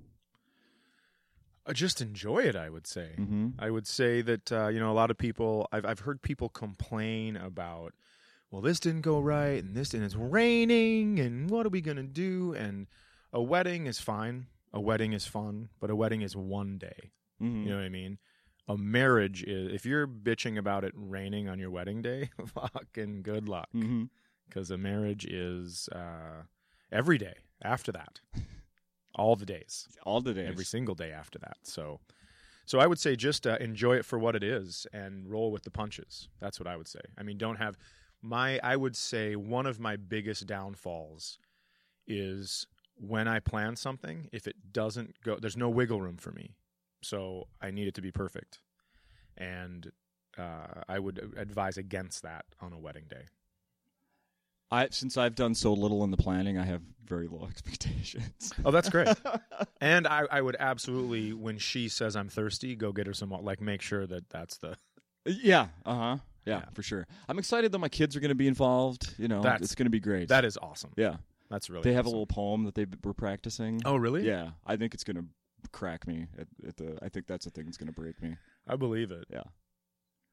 Uh, Just enjoy it, I would say. Mm-hmm. I would say that uh, you know a lot of people. I've I've heard people complain about, well, this didn't go right, and this and it's raining, and what are we gonna do? And a wedding is fine. A wedding is fun, but a wedding is one day. Mm-hmm. You know what I mean? A marriage is if you're bitching about it raining on your wedding day, [laughs] fucking good luck, Mm-hmm. because a marriage is uh, every day after that, all the days All the days. every single day after that. So, so I would say just uh, enjoy it for what it is and roll with the punches. That's what I would say. I mean, don't have my. I would say one of my biggest downfalls is when I plan something. If it doesn't go, there's no wiggle room for me. So I need it to be perfect, and uh, I would advise against that on a wedding day. I since I've done so little in the planning, I have very low [laughs] expectations. [laughs] Oh, that's great. [laughs] and I, I would absolutely, when she says I'm thirsty, go get her some. wa- Like, make sure that that's the yeah. Uh huh. Yeah, Yeah. for sure. I'm excited that my kids are going to be involved. You know, That's- it's going to be great. That is awesome. yeah, That's really. they have a awesome. little poem that they b- were practicing. Oh, really? Yeah, I think it's going to crack me at, at the. I think that's the thing that's going to break me. I believe it. Yeah.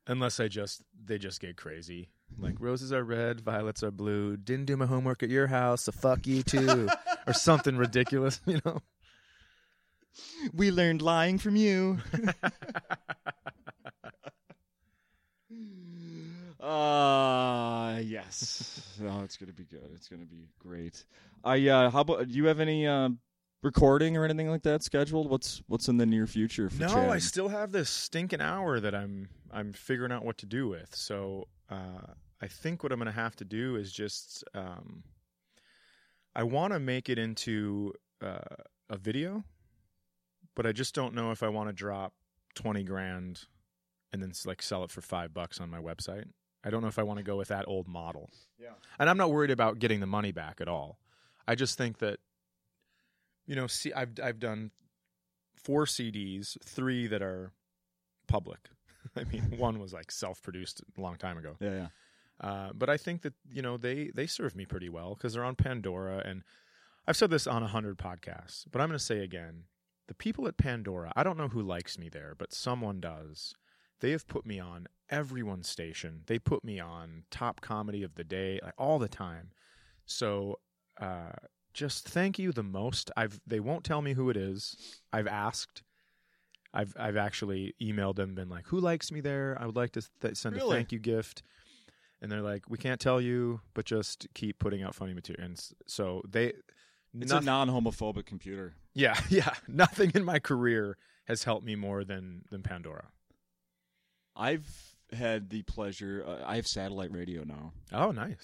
Unless I just they just get crazy. Like roses are red, violets are blue. Didn't do my homework at your house, so fuck you [laughs] too, or something ridiculous. [laughs] You know. We learned lying from [laughs] you. Uh yes. oh, it's gonna be good. It's gonna be great. I uh how about do you have any uh recording or anything like that scheduled? What's what's in the near future for no, Chad? I still have this stinking hour that I'm I'm figuring out what to do with. So uh, I think what I'm gonna have to do is just um, I want to make it into uh, a video, but I just don't know if I want to drop twenty grand and then s- like sell it for five bucks on my website. I don't know if I want to go with that old model. Yeah. and I'm not worried about getting the money back at all. I just think that you know, see, I've I've done four CDs, three that are public. [laughs] I mean, one was like self-produced a long time ago. Yeah, yeah. Uh, but I think that you know they they serve me pretty well because they're on Pandora, and I've said this on a hundred podcasts, but I'm going to say again: the people at Pandora, I don't know who likes me there, but someone does. They have put me on everyone's station. They put me on top comedy of the day like, all the time. So uh, just thank you the most. I've they won't tell me who it is. I've asked. I've I've actually emailed them, been like, who likes me there? I would like to th- send Really? a thank you gift. And they're like, we can't tell you, but just keep putting out funny material. And s- so they, It's [laughs] noth- a non-homophobic computer. yeah, [laughs] yeah, nothing in my career has helped me more than than Pandora. I've had the pleasure. Uh, I have satellite radio now. Oh, nice.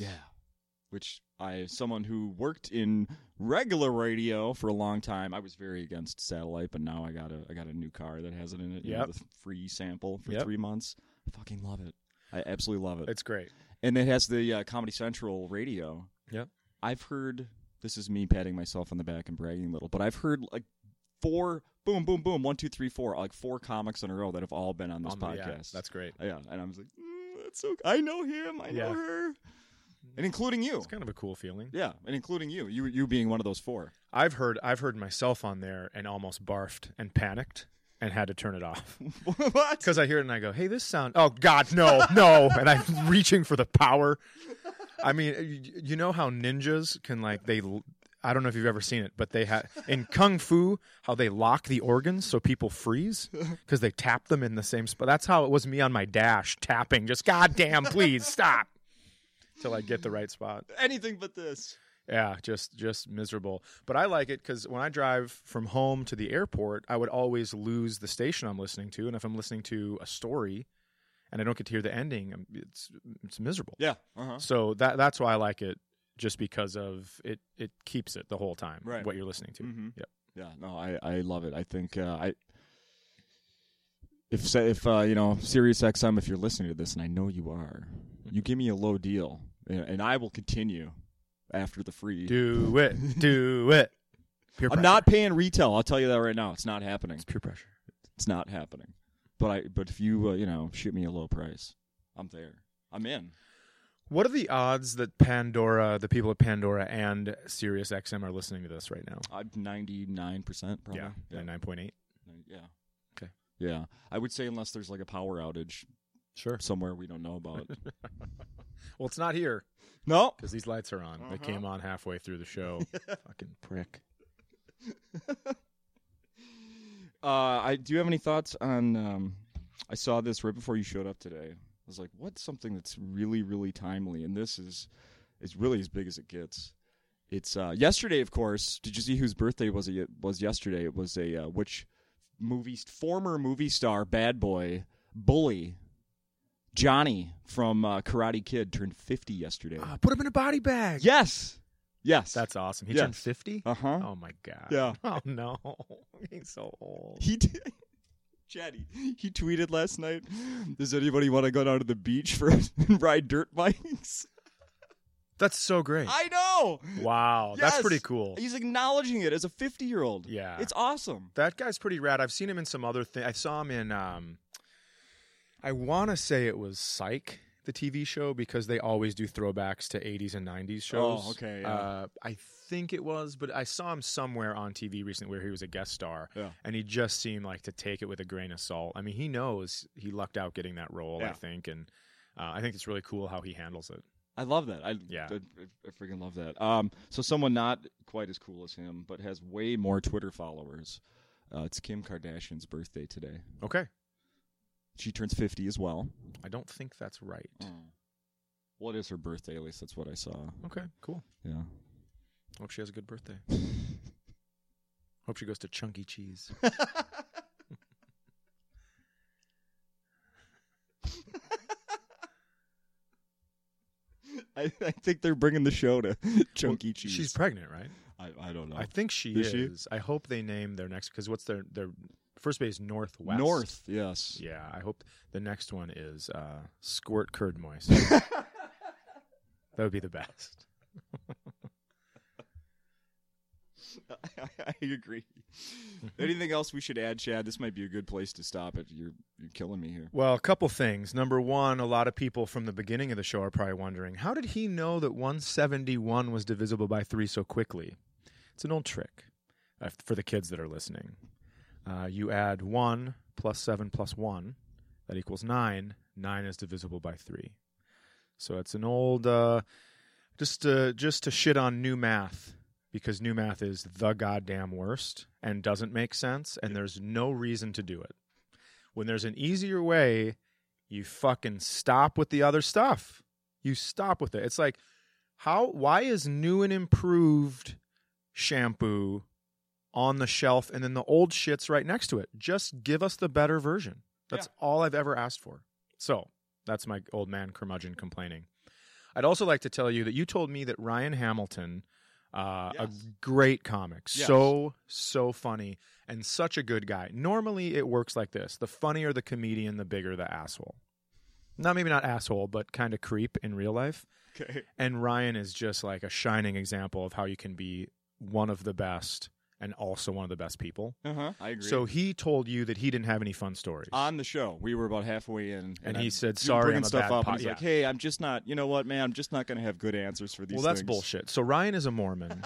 Which I, someone who worked in regular radio for a long time, I was very against satellite, but now I got a I got a new car that has it in it. you know, Yep. the free sample for Yep. three months. I fucking love it. I absolutely love it. it's great. and it has the uh, Comedy Central radio. Yep. I've heard this is me patting myself on the back and bragging a little, but I've heard like four boom boom boom one two three four like four comics in a row that have all been on this On the- yeah, podcast. that's great. yeah, and I was like, mm, that's so. I know him. I know Yeah. her, and including you. It's kind of a cool feeling. Yeah, and including you. You you being one of those four. I've heard I've heard myself on there and almost barfed and panicked and had to turn it off what? because I hear it and I go, "Hey, this sound! Oh God, no, no!" And I'm [laughs] reaching for the power. I mean, you, you know how ninjas can like they. I don't know if you've ever seen it, but they have in kung fu how they lock the organs so people freeze because they tap them in the same spot. That's how it was me on my dash tapping. Just goddamn, please stop till I get the right spot. Anything but this. Yeah, just just miserable. But I like it because when I drive from home to the airport, I would always lose the station I'm listening to, and if I'm listening to a story, and I don't get to hear the ending, I'm- it's it's miserable. Yeah. Uh huh. So that that's why I like it, just because of it. It keeps it the whole time. Right. What you're listening to. Mhm. Yep. Yeah, no, I, I love it. I think uh, I if sa- if uh, you know Sirius XM, if you're listening to this, and I know you are, Mm-hmm. you give me a low deal, and, and I will continue after the free. Do it. Do it. Peer I'm pressure. not paying retail. I'll tell you that right now. It's not happening. It's peer pressure. It's not happening. But I but if you uh, you know shoot me a low price, I'm there. I'm in. What are the odds that Pandora, the people at Pandora and Sirius XM are listening to this right now? I'm 99 percent probably. Yeah, yeah, nine point eight. yeah. Okay. Yeah, I would say unless there's like a power outage Sure. somewhere we don't know [laughs] about. Well, it's not here. no, because these lights are on. Uh-huh. They came on halfway through [laughs] the show. Fucking prick. Uh, I do you have any thoughts on? Um, I saw this right before you showed up today. I was like, "What's something that's really, really timely?" And this is, is really as big as it gets. It's uh, yesterday, of course. Did you see whose birthday was it? ye- Was yesterday? It was a uh, which movie former movie star, bad boy, bully, Johnny from uh, Karate Kid turned fifty yesterday. Ah, put him in a body bag. yes, yes, Uh, that's awesome. He Yes. turned fifty. uh huh. Oh my god. Yeah. [laughs] Oh no, he's so old. He [laughs] did. Chatty. He tweeted last night. Does anybody want to go down to the beach for [laughs] and ride dirt bikes? That's so great. I know. wow, Yes. that's pretty cool. He's acknowledging it as a fifty-year-old. Yeah. it's awesome. That guy's pretty rad. I've seen him in some other thing. I saw him in. um I want to say it was Psych, the TV show, because they always do throwbacks to '80s and '90s shows. Oh, okay, yeah. Uh, I think it was, but I saw him somewhere on TV recently where he was a guest star. Yeah. and he just seemed like to take it with a grain of salt. I mean, he knows he lucked out getting that role, Yeah. I think, and uh, I think it's really cool how he handles it. I love that. I, Yeah. I, I freaking love that. Um, so someone not quite as cool as him, but has way more Twitter followers. Uh, it's Kim Kardashian's birthday today. Okay, She turns fifty as well. I don't think that's right. Mm. What is her birthday? At least that's what I saw. Okay, cool. Yeah. Hope she has a good birthday. [laughs] Hope she goes to Chunky Cheese. [laughs] I, I think they're bringing the show to [laughs] Chunky Well, [laughs] Cheese. She's pregnant, right? I, I don't know. I think she Is is. she? I hope they name their next because what's their their first base northwest North, yes. Yeah, I hope the next one is uh, Squirt Curd Moist. that would be the best. [laughs] I [laughs] agree. Anything else we should add, Chad? This might be a good place to stop it. You're you're killing me here. Well, a couple things. Number one, a lot of people from the beginning of the show are probably wondering how did he know that 171 was divisible by three so quickly? It's an old trick uh, for the kids that are listening. Uh, you add one plus seven plus one, that equals nine. Nine is divisible by three. So it's an old. Uh, just to just to shit on new math because new math is the goddamn worst and doesn't make sense and there's no reason to do it. When there's an easier way, you fucking stop with the other stuff. You stop with it. It's like how why is new and improved shampoo on the shelf and then the old shit's right next to it? Just give us the better version. That's all I've ever asked for. So, that's my old man curmudgeon complaining. I'd also like to tell you that you told me that Ryan Hamilton, uh, Yes. a great comic, Yes. so so funny and such a good guy. Normally, it works like this: the funnier the comedian, the bigger the asshole. Not maybe not asshole, but kind of creep in real life. Okay. And Ryan is just like a shining example of how you can be one of the best and also one of the best people. Uh huh. I agree. So he told you that he didn't have any fun stories. on the show, we were about halfway in, And I'm he said, doing- "Sorry, bringing I'm a stuff bad up." po- and he's yeah. like, "Hey, I'm just not. You know what, man? I'm just not going to have good answers for these." well, that's things." bullshit. So Ryan is [laughs] a Mormon,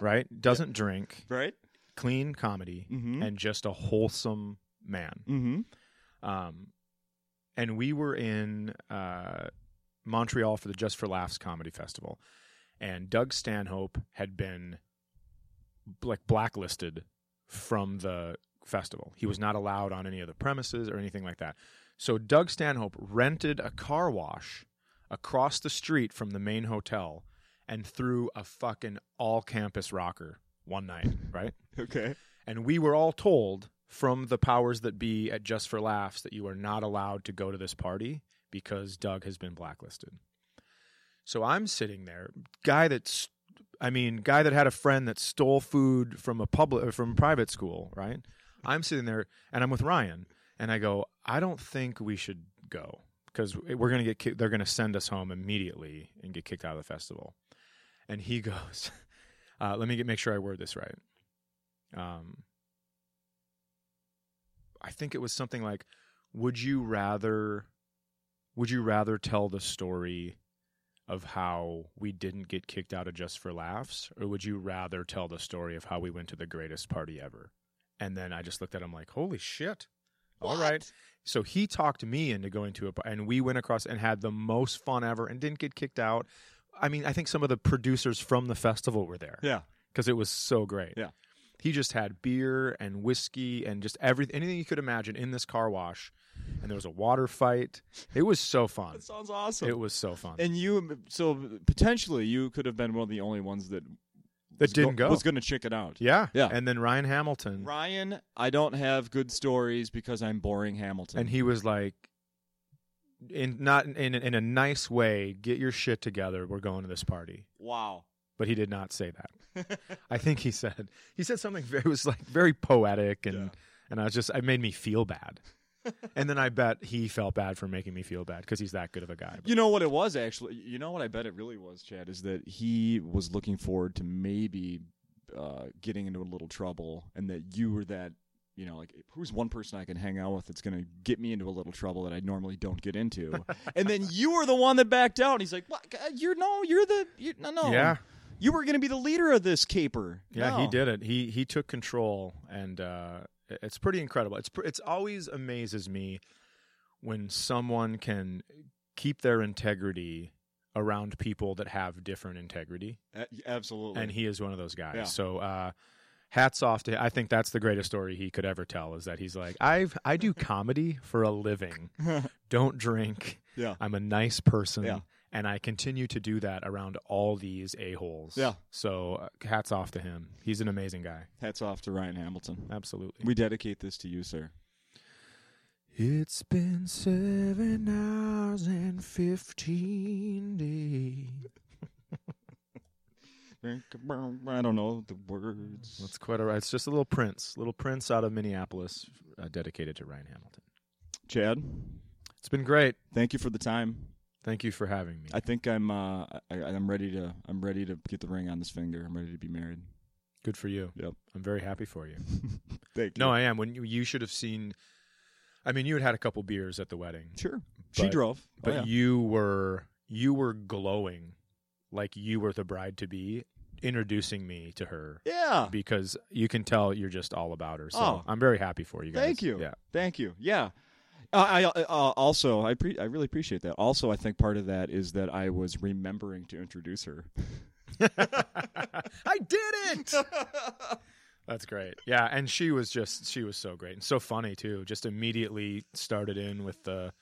right? Doesn't drink. right? clean comedy Mm-hmm. and just a wholesome man. mm-hmm. Um, and we were in uh, Montreal for the Just for Laughs Comedy Festival, and Doug Stanhope had been like blacklisted from the festival. He was not allowed on any of the premises or anything like that. So Doug Stanhope rented a car wash across the street from the main hotel and threw a fucking all campus rocker one night, right? Okay. And we were all told from the powers that be at Just for Laughs that you are not allowed to go to this party because Doug has been blacklisted. So I'm sitting there, guy that's, I mean, guy that had a friend that stole food from a public, uh, from private school, right? I'm sitting there and I'm with Ryan and I go, I don't think we should go because we're going to get, ki- they're going to send us home immediately and get kicked out of the festival. And he [laughs] goes, uh, let me get, make sure I word this right um, I think it was something like, "Would you rather? Would you rather tell the story of how we didn't get kicked out of Just for Laughs, or would you rather tell the story of how we went to the greatest party ever?" And then I just looked at him like, "Holy shit!" All right. So he talked me into going to a, and we went across and had the most fun ever, and didn't get kicked out. I mean, I think some of the producers from the festival were there Yeah. because it was so great. Yeah. He just had beer and whiskey and just everything, anything you could imagine in this car wash. And there was a water fight. It was so fun. That sounds awesome. It was so fun. and you, so potentially, you could have been one of the only ones that That was go- didn't go. was going to check it out. Yeah. Yeah. And then Ryan Hamilton. Ryan, I don't have good stories because I'm boring Hamilton. And he was like, in not in in a nice way, get your shit together. We're going to this party. wow. But he did not say that. [laughs] I think he said he said something very [laughs] it was like very poetic and Yeah. and I was just it made me feel bad. and then I bet he felt bad for making me feel bad because he's that good of a guy. You know what it was actually. You know what I bet it really was, Chad, is that he was looking forward to maybe uh, getting into a little trouble, and that you were that. You know, like who's one person I can hang out with that's going to get me into a little trouble that I normally don't get [laughs] into, and then you were the one that backed out. And he's like, "What? Uh, You're no, you're the you no no. Yeah. you were going to be the leader of this caper. Yeah, he No. did it. He he took control, and uh, it- it's pretty incredible. It's pr- it's always amazes me when someone can keep their integrity around people that have different integrity, A- absolutely. and he is one of those guys. Yeah. So. Uh, Hats off to! I think that's the greatest story he could ever tell. Is that he's like I've I do comedy for a living, don't drink, [laughs] yeah, I'm a nice person, Yeah. and I continue to do that around all these a holes. Yeah. So uh, hats off to him. He's an amazing guy. hats off to Ryan Hamilton. Absolutely. We dedicate this to you, sir. It's been seven hours and 15 days. I don't know the words. That's quite all right. It's just a little prince, little prince out of Minneapolis uh, dedicated to Ryan Hamilton. Chad, It's been great. thank you for the time. Thank you for having me. I think I'm uh, I, I'm ready to I'm ready to get the ring on this finger. I'm ready to be married. Good for you. Yep. I'm very happy for you. Thank No, I am. When you, you should have seen, I mean, you had had a couple beers at the wedding. sure. she But- drove, but Oh, yeah. you were you were glowing like you were the bride to be introducing me to her yeah. because you can tell you're just all about her so Oh. i'm very happy for you guys Thank you. yeah Thank you. Yeah. Uh, I uh, also I pre- I really appreciate that. Also, I think part of that is that I was remembering to introduce her. [laughs] I did it. [laughs] That's great. Yeah, and she was just she was so great and so funny too. Just immediately started in with the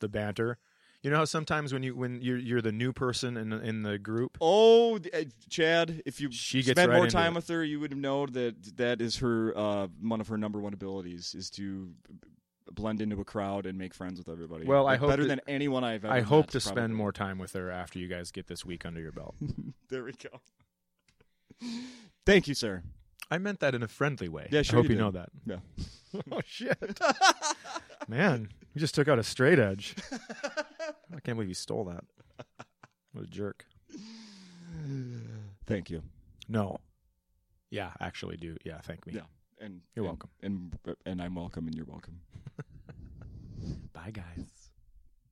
the banter. You know how sometimes when you when you're you're the new person in the, in the group, Oh, th- uh, Chad, if you She gets spend right more into time it. with her, you would know that that is her uh, one of her number one abilities is to b- blend into a crowd and make friends with everybody. Well, I Like, hope better that- than anyone I've ever. I hope met, to spend probably. more time with her after you guys get this week under your belt. There we go. [laughs] Thank you, sir. I meant that in a friendly way. Yeah, sure I hope you you, did. know that. Yeah. [laughs] oh shit, man, you just took out a straight [laughs] edge. I can't believe you stole that. What a jerk. Thank you. No. Yeah, actually, do yeah. Thank me. Yeah. And and- You're welcome. And and I'm welcome, and you're welcome. Bye, guys.